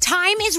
Time is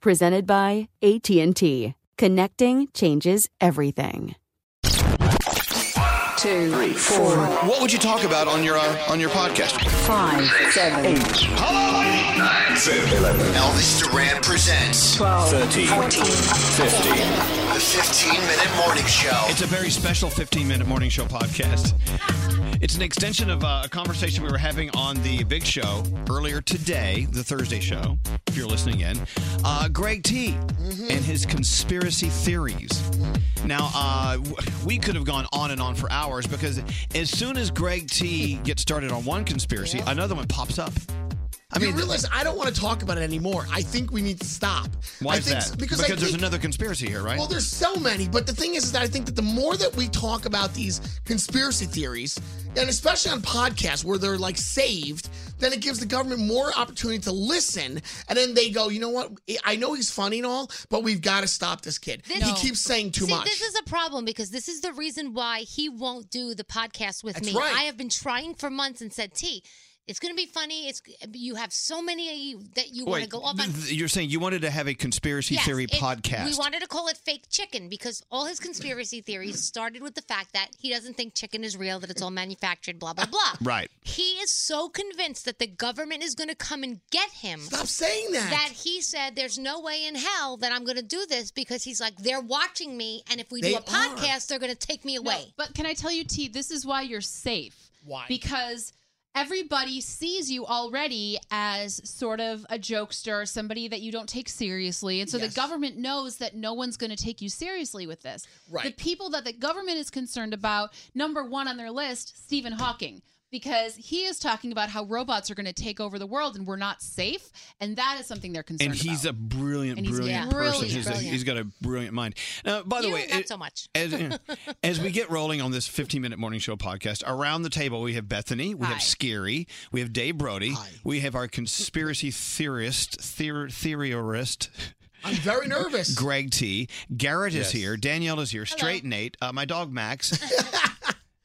presented by AT&T. Connecting changes everything. Two, three, four. What would you talk about on your uh, on your podcast? Five, Six, seven, eight. Hello, eight, nine, seven, eleven. Elvis Duran presents. Twelve, thirteen, fourteen, fifteen. The fifteen-minute morning show. It's a very special fifteen-minute morning show podcast. It's an extension of uh, a conversation we were having on the big show earlier today, the Thursday show, if you're listening in. Uh, Greg T Mm-hmm. and his conspiracy theories. Now, uh, w- we could have gone on and on for hours because as soon as Greg T gets started on one conspiracy, another one pops up. I mean, you realize I don't want to talk about it anymore. I think we need to stop. Why I is think, that? Because, I there's think- another conspiracy here, right? Well, there's so many, but the thing is, is that I think that the more that we talk about these conspiracy theories, and especially on podcasts where they're like saved, then it gives the government more opportunity to listen, and then they go, you know what? I know he's funny and all, but we've got to stop this kid. This- he No. keeps saying too See, much. this is a problem because this is the reason why he won't do the podcast with That's me. right. I have been trying for months and said, T, it's going to be funny. It's you have so many that you want to Wait, go off on. th- you're saying you wanted to have a conspiracy Yes, theory it- podcast. We wanted to call it fake chicken because all his conspiracy theories started with the fact that he doesn't think chicken is real, that it's all manufactured, blah blah blah. Right. He is so convinced that the government is going to come and get him. Stop saying that. That he said, "There's no way in hell that I'm going to do this because he's like they're watching me, and if we They do are. a podcast, they're going to take me away." But can I tell you, T, this is why you're safe. Why? Because everybody sees you already as sort of a jokester, somebody that you don't take seriously. And so Yes. the government knows that no one's going to take you seriously with this. Right. The people that the government is concerned about, number one on their list, Stephen Hawking. because he is talking about how robots are going to take over the world and we're not safe, and that is something they're concerned and he's a about. brilliant, And he's brilliant brilliant, person. He's, a- brilliant. he's got a brilliant mind. Now, by the You, way, not so much. as, as we get rolling on this 15 minute morning show podcast, around the table we have Bethany, we have Scary, we have Dave Brody, we have our conspiracy theorist, theor- theorist. I'm very nervous. Greg T. Garrett Yes. is here. Danielle is here. Straight Nate. Uh, my dog Max.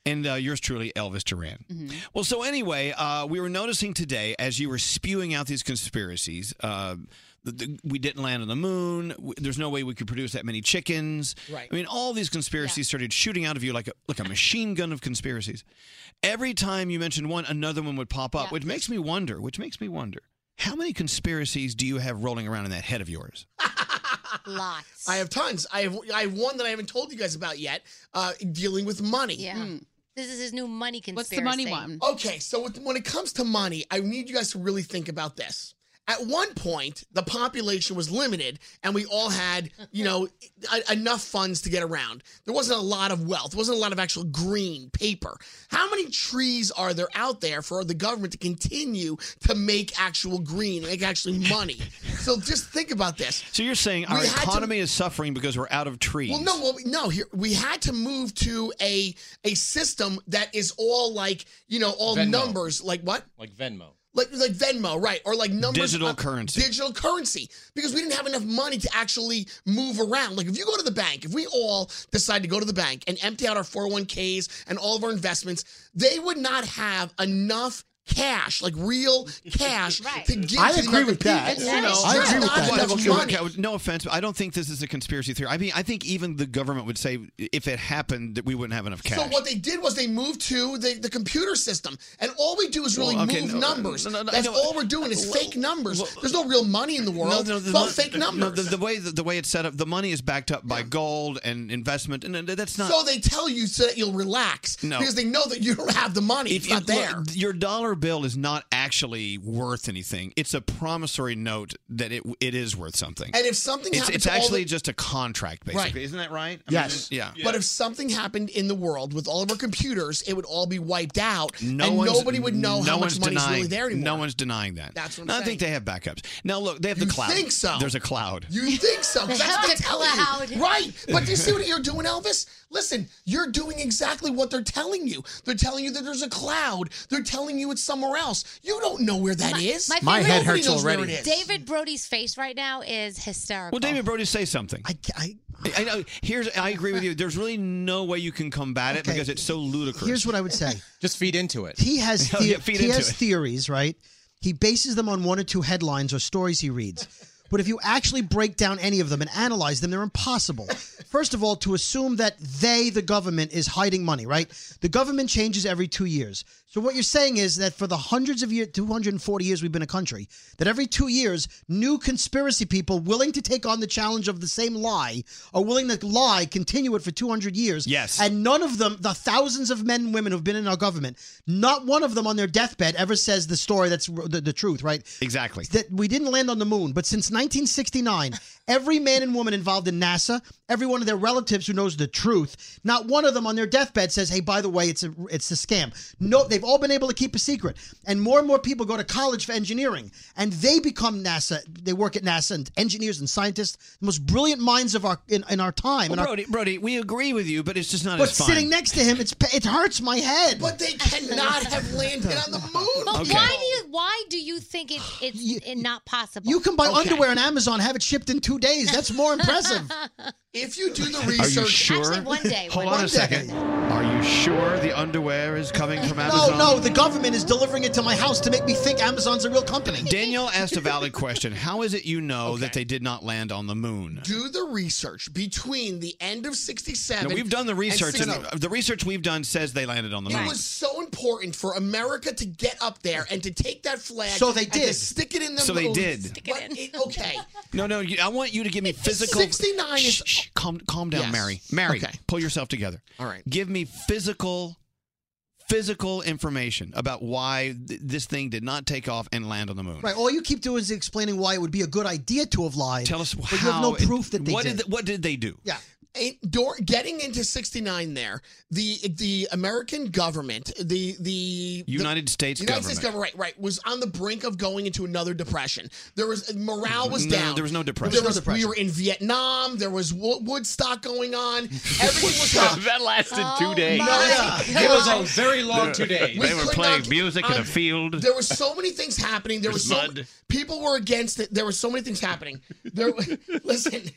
and uh, yours truly, Elvis Duran. Well, so anyway, uh, we were noticing today as you were spewing out these conspiracies. Uh, the, the, we didn't land on the moon. W- There's no way we could produce that many chickens. Right. I mean, all these conspiracies started shooting out of you like a like a machine gun of conspiracies. Every time you mentioned one, another one would pop up, which makes me wonder. Which makes me wonder. How many conspiracies do you have rolling around in that head of yours? Lots. I have tons. I have I have one that I haven't told you guys about yet. Uh, dealing with money. Oh, Yeah. This is his new money conspiracy. Okay, so with, when it comes to money, I need you guys to really think about this. At one point, the population was limited, and we all had, you know, e- enough funds to get around. There wasn't a lot of wealth. There wasn't a lot of actual green paper. How many trees are there out there for the government to continue to make actual green, make actually money? so just think about this. So you're saying We our had to- economy is suffering because we're out of trees. Well, no, well, no. Here we had to move to a a system that is all like you know all Venmo. numbers like what Like Venmo. like like Venmo, right? Or like numbers. Digital on- currency. Digital currency. Because we didn't have enough money to actually move around. Like if you go to the bank, if we all decide to go to the bank and empty out our 401ks and all of our investments, they would not have enough cash, like real cash to give I to the agree other with that. people. Yeah. You know, I there's agree with not that. enough Okay, money. okay, no offense, but I don't think this is a conspiracy theory. I mean, I think even the government would say if it happened that we wouldn't have enough cash. So what they did was they moved to the, the computer system, and all we do is really Well, okay, move no, numbers. no, no, no, I That's know. all we're doing is fake numbers. There's no real money in the world. it's all fake numbers. No, the, the way the, the way it's set up, the money is backed up by gold and investment, and and that's not. so they tell you so that you'll relax No. because they know that you don't have the money. If it's you- not there. look, your dollar bill is not actually worth anything. It's a promissory note that it it is worth something. And if something it's, happens it's to all actually the- just a contract, basically. Isn't that right? I mean, yes. yeah. But if something happened in the world with all of our computers, it would all be wiped out, No and one's- nobody would know no how much one's money's denying, really there anymore. No one's denying that. That's what I'm No, I think they have backups. Now look, they have the cloud. think so? There's a cloud. You think so? That's what I'm telling you. Cloud. Right. But do you see what you're doing, Elvis? Listen, you're doing exactly what they're telling you. They're telling you that there's a cloud. They're telling you it's somewhere else. You don't know where that is. my My favorite- head Nobody hurts knows where already. it is. David Brody's face right now is hysterical. Well, David Brody, say something. I, I, know. Here's, I agree with you. There's really no way you can combat it Okay. because it's so ludicrous. Here's what I would say. Just feed into it. He has Yeah, the- yeah, feed he into has it. theories, right? He bases them on one or two headlines or stories he reads. But if you actually break down any of them and analyze them, they're impossible. First of all, to assume that they, the government, is hiding money, right? The government changes every two years. So what you're saying is that for the hundreds of years, 240 years we've been a country, that every two years, new conspiracy people willing to take on the challenge of the same lie are willing to lie, continue it for 200 years. Yes. And none of them, the thousands of men and women who've been in our government, not one of them on their deathbed ever says the story that's r- the, the truth, right? Exactly. That we didn't land on the moon, but since 1969, every man and woman involved in NASA, every one of their relatives who knows the truth, not one of them on their deathbed says, "Hey, by the way, it's a it's a scam." No, they've all been able to keep a secret, and more and more people go to college for engineering, and they become NASA. They work at NASA and engineers and scientists, the most brilliant minds of our in, in our time. in Well, our- Brody, Brody, we agree with you, but it's just not but as fun. sitting next to him, it's pa- it hurts my head. But they cannot have landed on the moon. But Okay. why do you why do you think it, it's it not possible? You can buy underwear on Amazon, have it shipped in two days. That's more impressive. If you do the Are you sure? Hold on a second. Are you sure the underwear is coming from No, Amazon? no, the government is delivering it to my house to make me think Amazon's a real company. Danielle asked a valid question. How is it you know that they did not land on the moon? Do the research between the end of 67. Now, we've done the and research, and 60 the, the research we've done says they landed on the moon. It was so important for America to get up there and to take that flag. So they and to did. stick it in the So they moon. did. Stick it in. okay. No, no, you, I want you to give me physical. 69 is- Shh, shh, calm, calm down, Yes. Mary. Mary, Okay. pull yourself together. All right. Give me physical, physical information about why th- this thing did not take off and land on the moon. Right. All you keep doing is explaining why it would be a good idea to have lied. Tell us but how. you have no it- proof that they what did. did. what did they do? yeah. it- dur- getting into 69 there, the the American government, the the United the, States United States government. government, right, right, was on the brink of going into another depression. There was morale was No, down. there was no depression. There There was was, no we depression. were in Vietnam. There was Wo- Woodstock going on. Everything was hot. that lasted two Oh two days. my It was a God. very long two days. We could not- I- Um, There was so many things happening. There There's was so mud. people were against it. There were so many things happening. There, listen.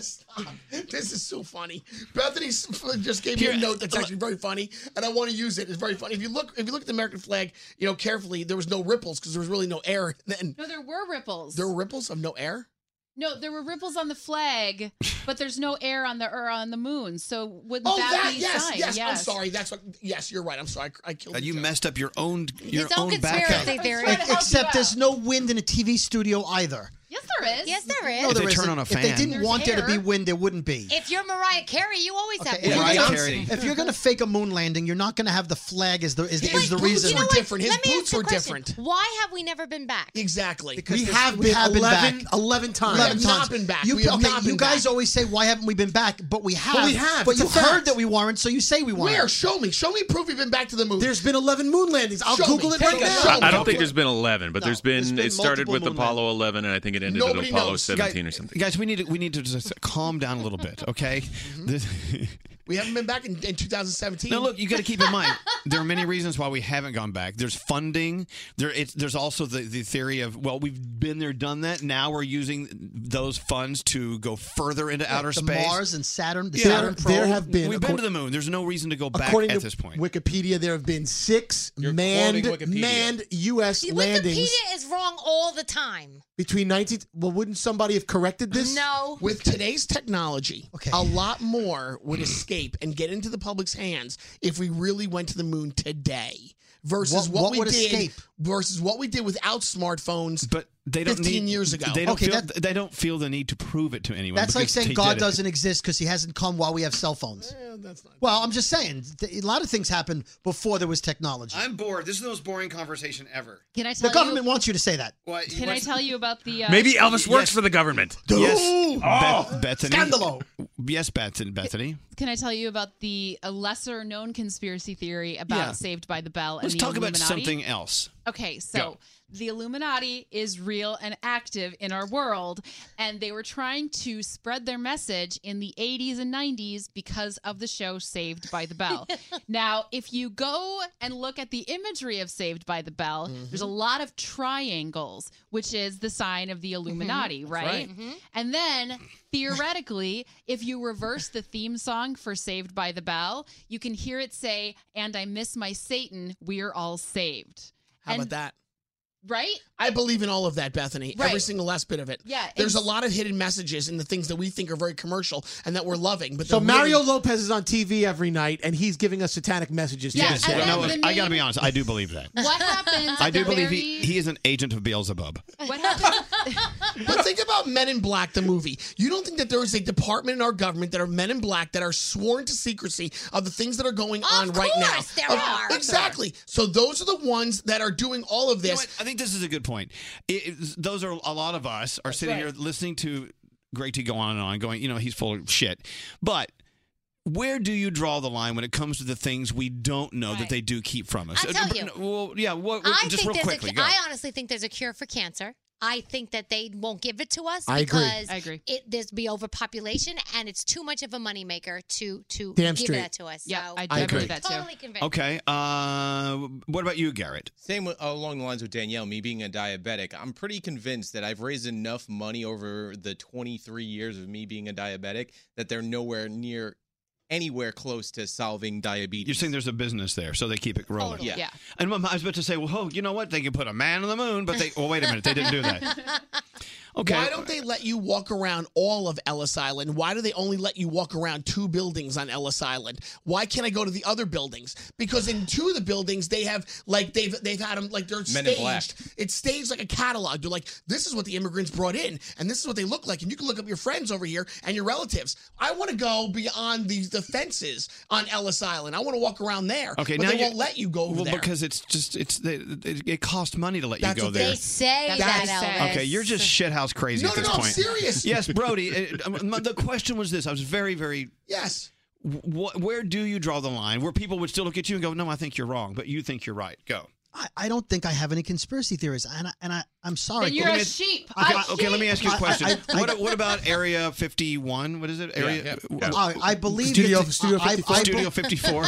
Stop. This is so funny. Bethany s- f- just gave me a Here, note that's actually very funny, and I want to use it. It's very funny. If you look, if you look at the American flag, you know carefully, there was no ripples because there was really no air. Then No, there were ripples. there were ripples of no air. No, there were ripples on the flag, but there's no air on the or on the moon. So wouldn't Oh, that, that, be a yes, sign? yes, I'm sorry. That's what. Yes, you're right. I'm sorry. I, I killed. Uh, you messed up your own your His own backup. conspiracy theory. Except there's no wind in a TV studio either. Yes, there is. Yes, there No, If they there turn isn't. on a If they fan. didn't There's want there to be air. wind, there wouldn't be. If you're Mariah Carey, you always have If one. you're gonna- Carey. If you're gonna Mhm. fake a moon landing, you're not gonna have the flag as the is, the- is the boots reason. were different. His Let me ask boots you a were question. different. Why have we never been back? Exactly. Because this- we have been back. 11 times. We have not been back. You, We have okay, not been you guys back. always say why haven't we been back? But we have. we have. But It's you a fact. heard that we weren't, so you say we weren't. Where? Show me. Show me proof you've been back to the moon. There's been 11 moon landings. I'll Show Google me. it Take right a now. I, I don't think there's been 11, but there's been, been it started multiple with moon Apollo 11 and I think it ended Nobody at Apollo knows. 17 Guy- or something. Guys, we need to, we need to just calm down a little bit, okay? This- We haven't been back in, in 2017. Now, look, you got to keep in mind there are many reasons why we haven't gone back. There's funding. There, it's, there's also the, the theory of well, we've been there, done that. Now we're using those funds to go further into outer the space. Mars and Saturn. The Yeah. Saturn probe. there have been- We've been to the moon. There's no reason to go back According at to this point. Wikipedia, there have been six quoting manned, Wikipedia. manned U.S. landings Wikipedia is wrong all the time. between 19. Well, wouldn't somebody have corrected this? No. With today's technology, a lot more would escape and get into the public's hands if we really went to the moon today versus What- what, what we would did escape? versus what we did without smartphones. But They don't 15 need- years ago. They don't, feel, they don't feel the need to prove it to anyone. That's like because saying they God did it. doesn't exist because he hasn't come while we have cell phones. well, I'm just saying, th- a lot of things happened before there was technology. I'm bored. This is the most boring conversation ever. Can I The government wants you to say that. What? Can I tell you about the? Uh, Maybe Elvis works for the government. Yes, Ooh. Oh. Beth- Bethany. Scandalo. Yes, Beth- Bethany. Can I tell you about the a lesser known conspiracy theory about Yeah. Saved by the Bell? Let's and the talk about Illuminati? something else. Okay, so Go. the Illuminati is real and active in our world, and they were trying to spread their message in the 80s and 90s because of the show Saved by the Bell. now, if you go and look at the imagery of Saved by the Bell, there's a lot of triangles, which is the sign of the Illuminati, That's right? right. Mhm. And then theoretically, if you reverse the theme song for Saved by the Bell, you can hear it say, And I miss my Satan, we're all saved. How and, about that? Right? I believe in all of that, Bethany. Every Right. single last bit of it. Yeah, There's a it's- lot of hidden messages in the things that we think are very commercial and that we're loving. But So they're Mario really- Lopez is on TV every night, and he's giving us satanic messages. to Yes, this day. yeah, no, I got to be honest. I do believe that. What happens? I at do the believe very- he, he is an agent of Beelzebub. What happens? but think about Men in Black, the movie. You don't think that there is a department in our government that are Men in Black that are sworn to secrecy of the things that are going on right now? course there are. Exactly. So those are the ones that are doing all of You know this. what? I think this is a good point. It, it's- those are a lot of us are sitting right. here listening to Greg T go on and on, going, you know, he's full of shit. But where do you draw the line when it comes to the things we don't know that they do keep from us? I'll Uh, tell but- you. no, Well, yeah. What, I just think real there's quickly. a, go. I honestly think there's a cure for cancer. I think that they won't give it to us I agree. because I agree. It, there's be overpopulation and it's too much of a moneymaker to to Damn give straight. that to us. Yeah, so I I agree. that too. Totally convinced. Okay. Uh, what about you, Garrett? Same with, along the lines with Danielle, me being a diabetic, I'm pretty convinced that I've raised enough money over the 23 years of me being a diabetic that they're nowhere near anywhere close to solving diabetes. You're saying there's a business there, so they keep it rolling. Totally. Yeah. Yeah. And I was about to say, well, oh, you know what? They can put a man on the moon, but they. Well, wait a minute. They didn't do that. Okay. Why don't they let you walk around all of Ellis Island? Why do they only let you walk around two buildings on Ellis Island? Why can't I go to the other buildings? Because in two of the buildings, they have like they've they've had them like they're Men in staged. Black. It's staged like a catalog. They're like, this is what the immigrants brought in, and this is what they look like, and you can look up your friends over here and your relatives. I want to go beyond these the fences on Ellis Island. I want to walk around there. Okay, but now they you- won't let you go over well, there. because it's just it's they, it, it costs money to let That's you go what they there. say That's what that, they say. Elvis. Okay, you're just shithousing Kyle's crazy No, at no, this no, I'm point. serious. Yes, Brody. uh, um, the question was this. I was very, very. Yes. Wh- where do you draw the line? Where people would still look at you and go, "No, I think you're wrong," but you think you're right. Go. I, I don't think I have any conspiracy theories, and I, and I I'm sorry. Then you're Let a me- sheep. Okay, A okay, let me ask you a I- question. I- I- what, what about Area 51? Uh, What is it? Area I, I believe Studio, it's- Studio I- I- 54. I- Studio 54.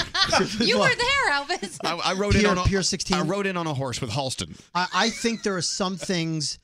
You were there, Elvis. I, I rode Pier- in on a, Pier 16. I rode in on a horse with Halston. I, I think there are some things,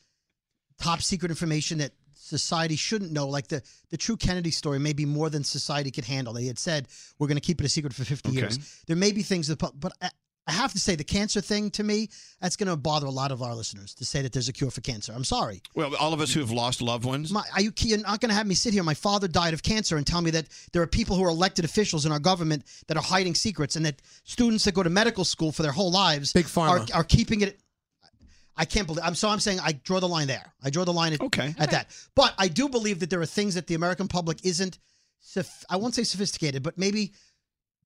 top secret information that society shouldn't know. Like the, the true Kennedy story may be more than society could handle. They had said, we're going to keep it a secret for 50 Okay. years. There may be things that, but I, I have to say, the cancer thing to me, that's going to bother a lot of our listeners to say that there's a cure for cancer. I'm sorry. Well, all of us who've lost loved ones. My, are you ki- you're not going to have me sit here? My father died of cancer, and tell me that there are people who are elected officials in our government that are hiding secrets, and that students that go to medical school for their whole lives, big pharma. are, are keeping it. I can't believe. I'm so I'm saying I draw the line there. I draw the line at, at that. But I do believe that there are things that the American public isn't. Soph- I won't say sophisticated, but maybe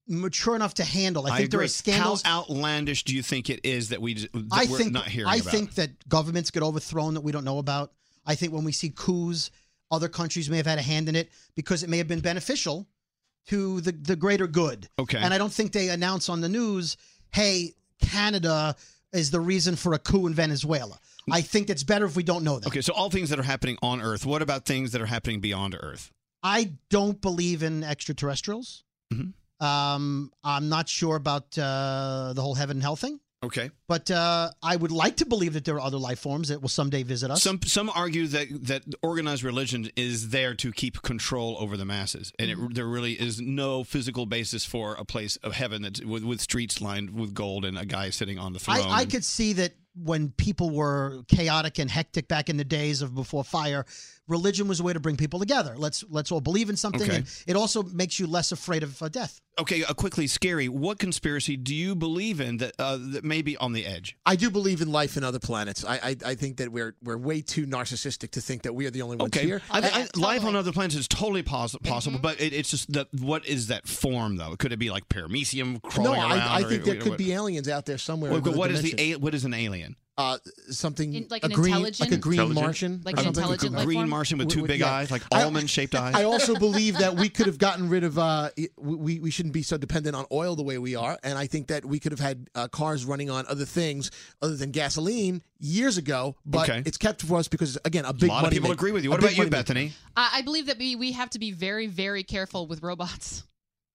mature enough to handle. I think there agree. are scandals. How outlandish do you think it is that we that I we're think not hearing I about? think that governments get overthrown that we don't know about. I think when we see coups, other countries may have had a hand in it because it may have been beneficial to the the greater good. Okay. And I don't think they announce on the news, "Hey, Canada is the reason for a coup in Venezuela." I think it's better if we don't know that. okay, so all things that are happening on Earth. What about things that are happening beyond Earth? I don't believe in extraterrestrials. Mm-hmm. Um, I'm not sure about uh, the whole heaven and hell thing. Okay. But uh, I would like to believe that there are other life forms that will someday visit us. Some some argue that that organized religion is there to keep control over the masses, and it, there really is no physical basis for a place of heaven that's with, with streets lined with gold and a guy sitting on the throne. I, I could see that when people were chaotic and hectic back in the days of before fire, religion was a way to bring people together. Let's let's all believe in something, Okay. and it also makes you less afraid of uh, death. Okay, uh, quickly, scary. What conspiracy do you believe in that uh, that may be on the edge? I do believe in life in other planets. I, I I think that we're we're way too narcissistic to think that we are the only ones Okay, here. I, I, life on other planets is totally pos- possible, but it, it's just that what is that form though? Could it be like paramecium no, crawling around? I, I or- think there or could what- be aliens out there somewhere. Well, in but another what is dimension. the a- what is an alien? Uh, something In- like a an green, intelligent- like a green Intelligent? Martian, Like or an something? intelligent life green form? Martian with W- two w- big yeah. eyes, like I- almond shaped eyes. I also believe that we could have gotten rid of. Uh, it- we we shouldn't be so dependent on oil the way we are, and I think that we could have had uh, cars running on other things other than gasoline years ago. But Okay. it's kept for us because again, a a big lot of money people maker- agree with you. a What big about you, money maker. Bethany? I I believe that we, we have to be very, very careful with robots.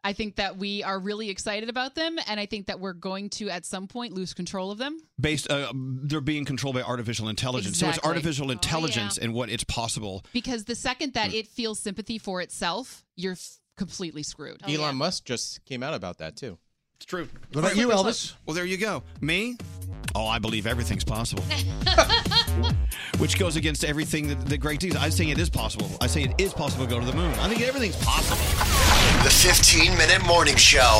I think that we are really excited about them, and I think that we're going to at some point lose control of them. Based, uh, they're being controlled by artificial intelligence. So it's Exactly. Oh, artificial intelligence and what it's possible. Hmm. Because the second that it feels sympathy for itself, you're f- completely screwed. Elon Musk just came out about that too. It's true. What about you, Elvis? Well, there you go. Me? Oh, I believe everything's possible. Which goes against everything that the great teacher. I say it is possible. I say it is possible to go to the moon. I think everything's possible. The 15 Minute Morning Show.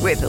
With the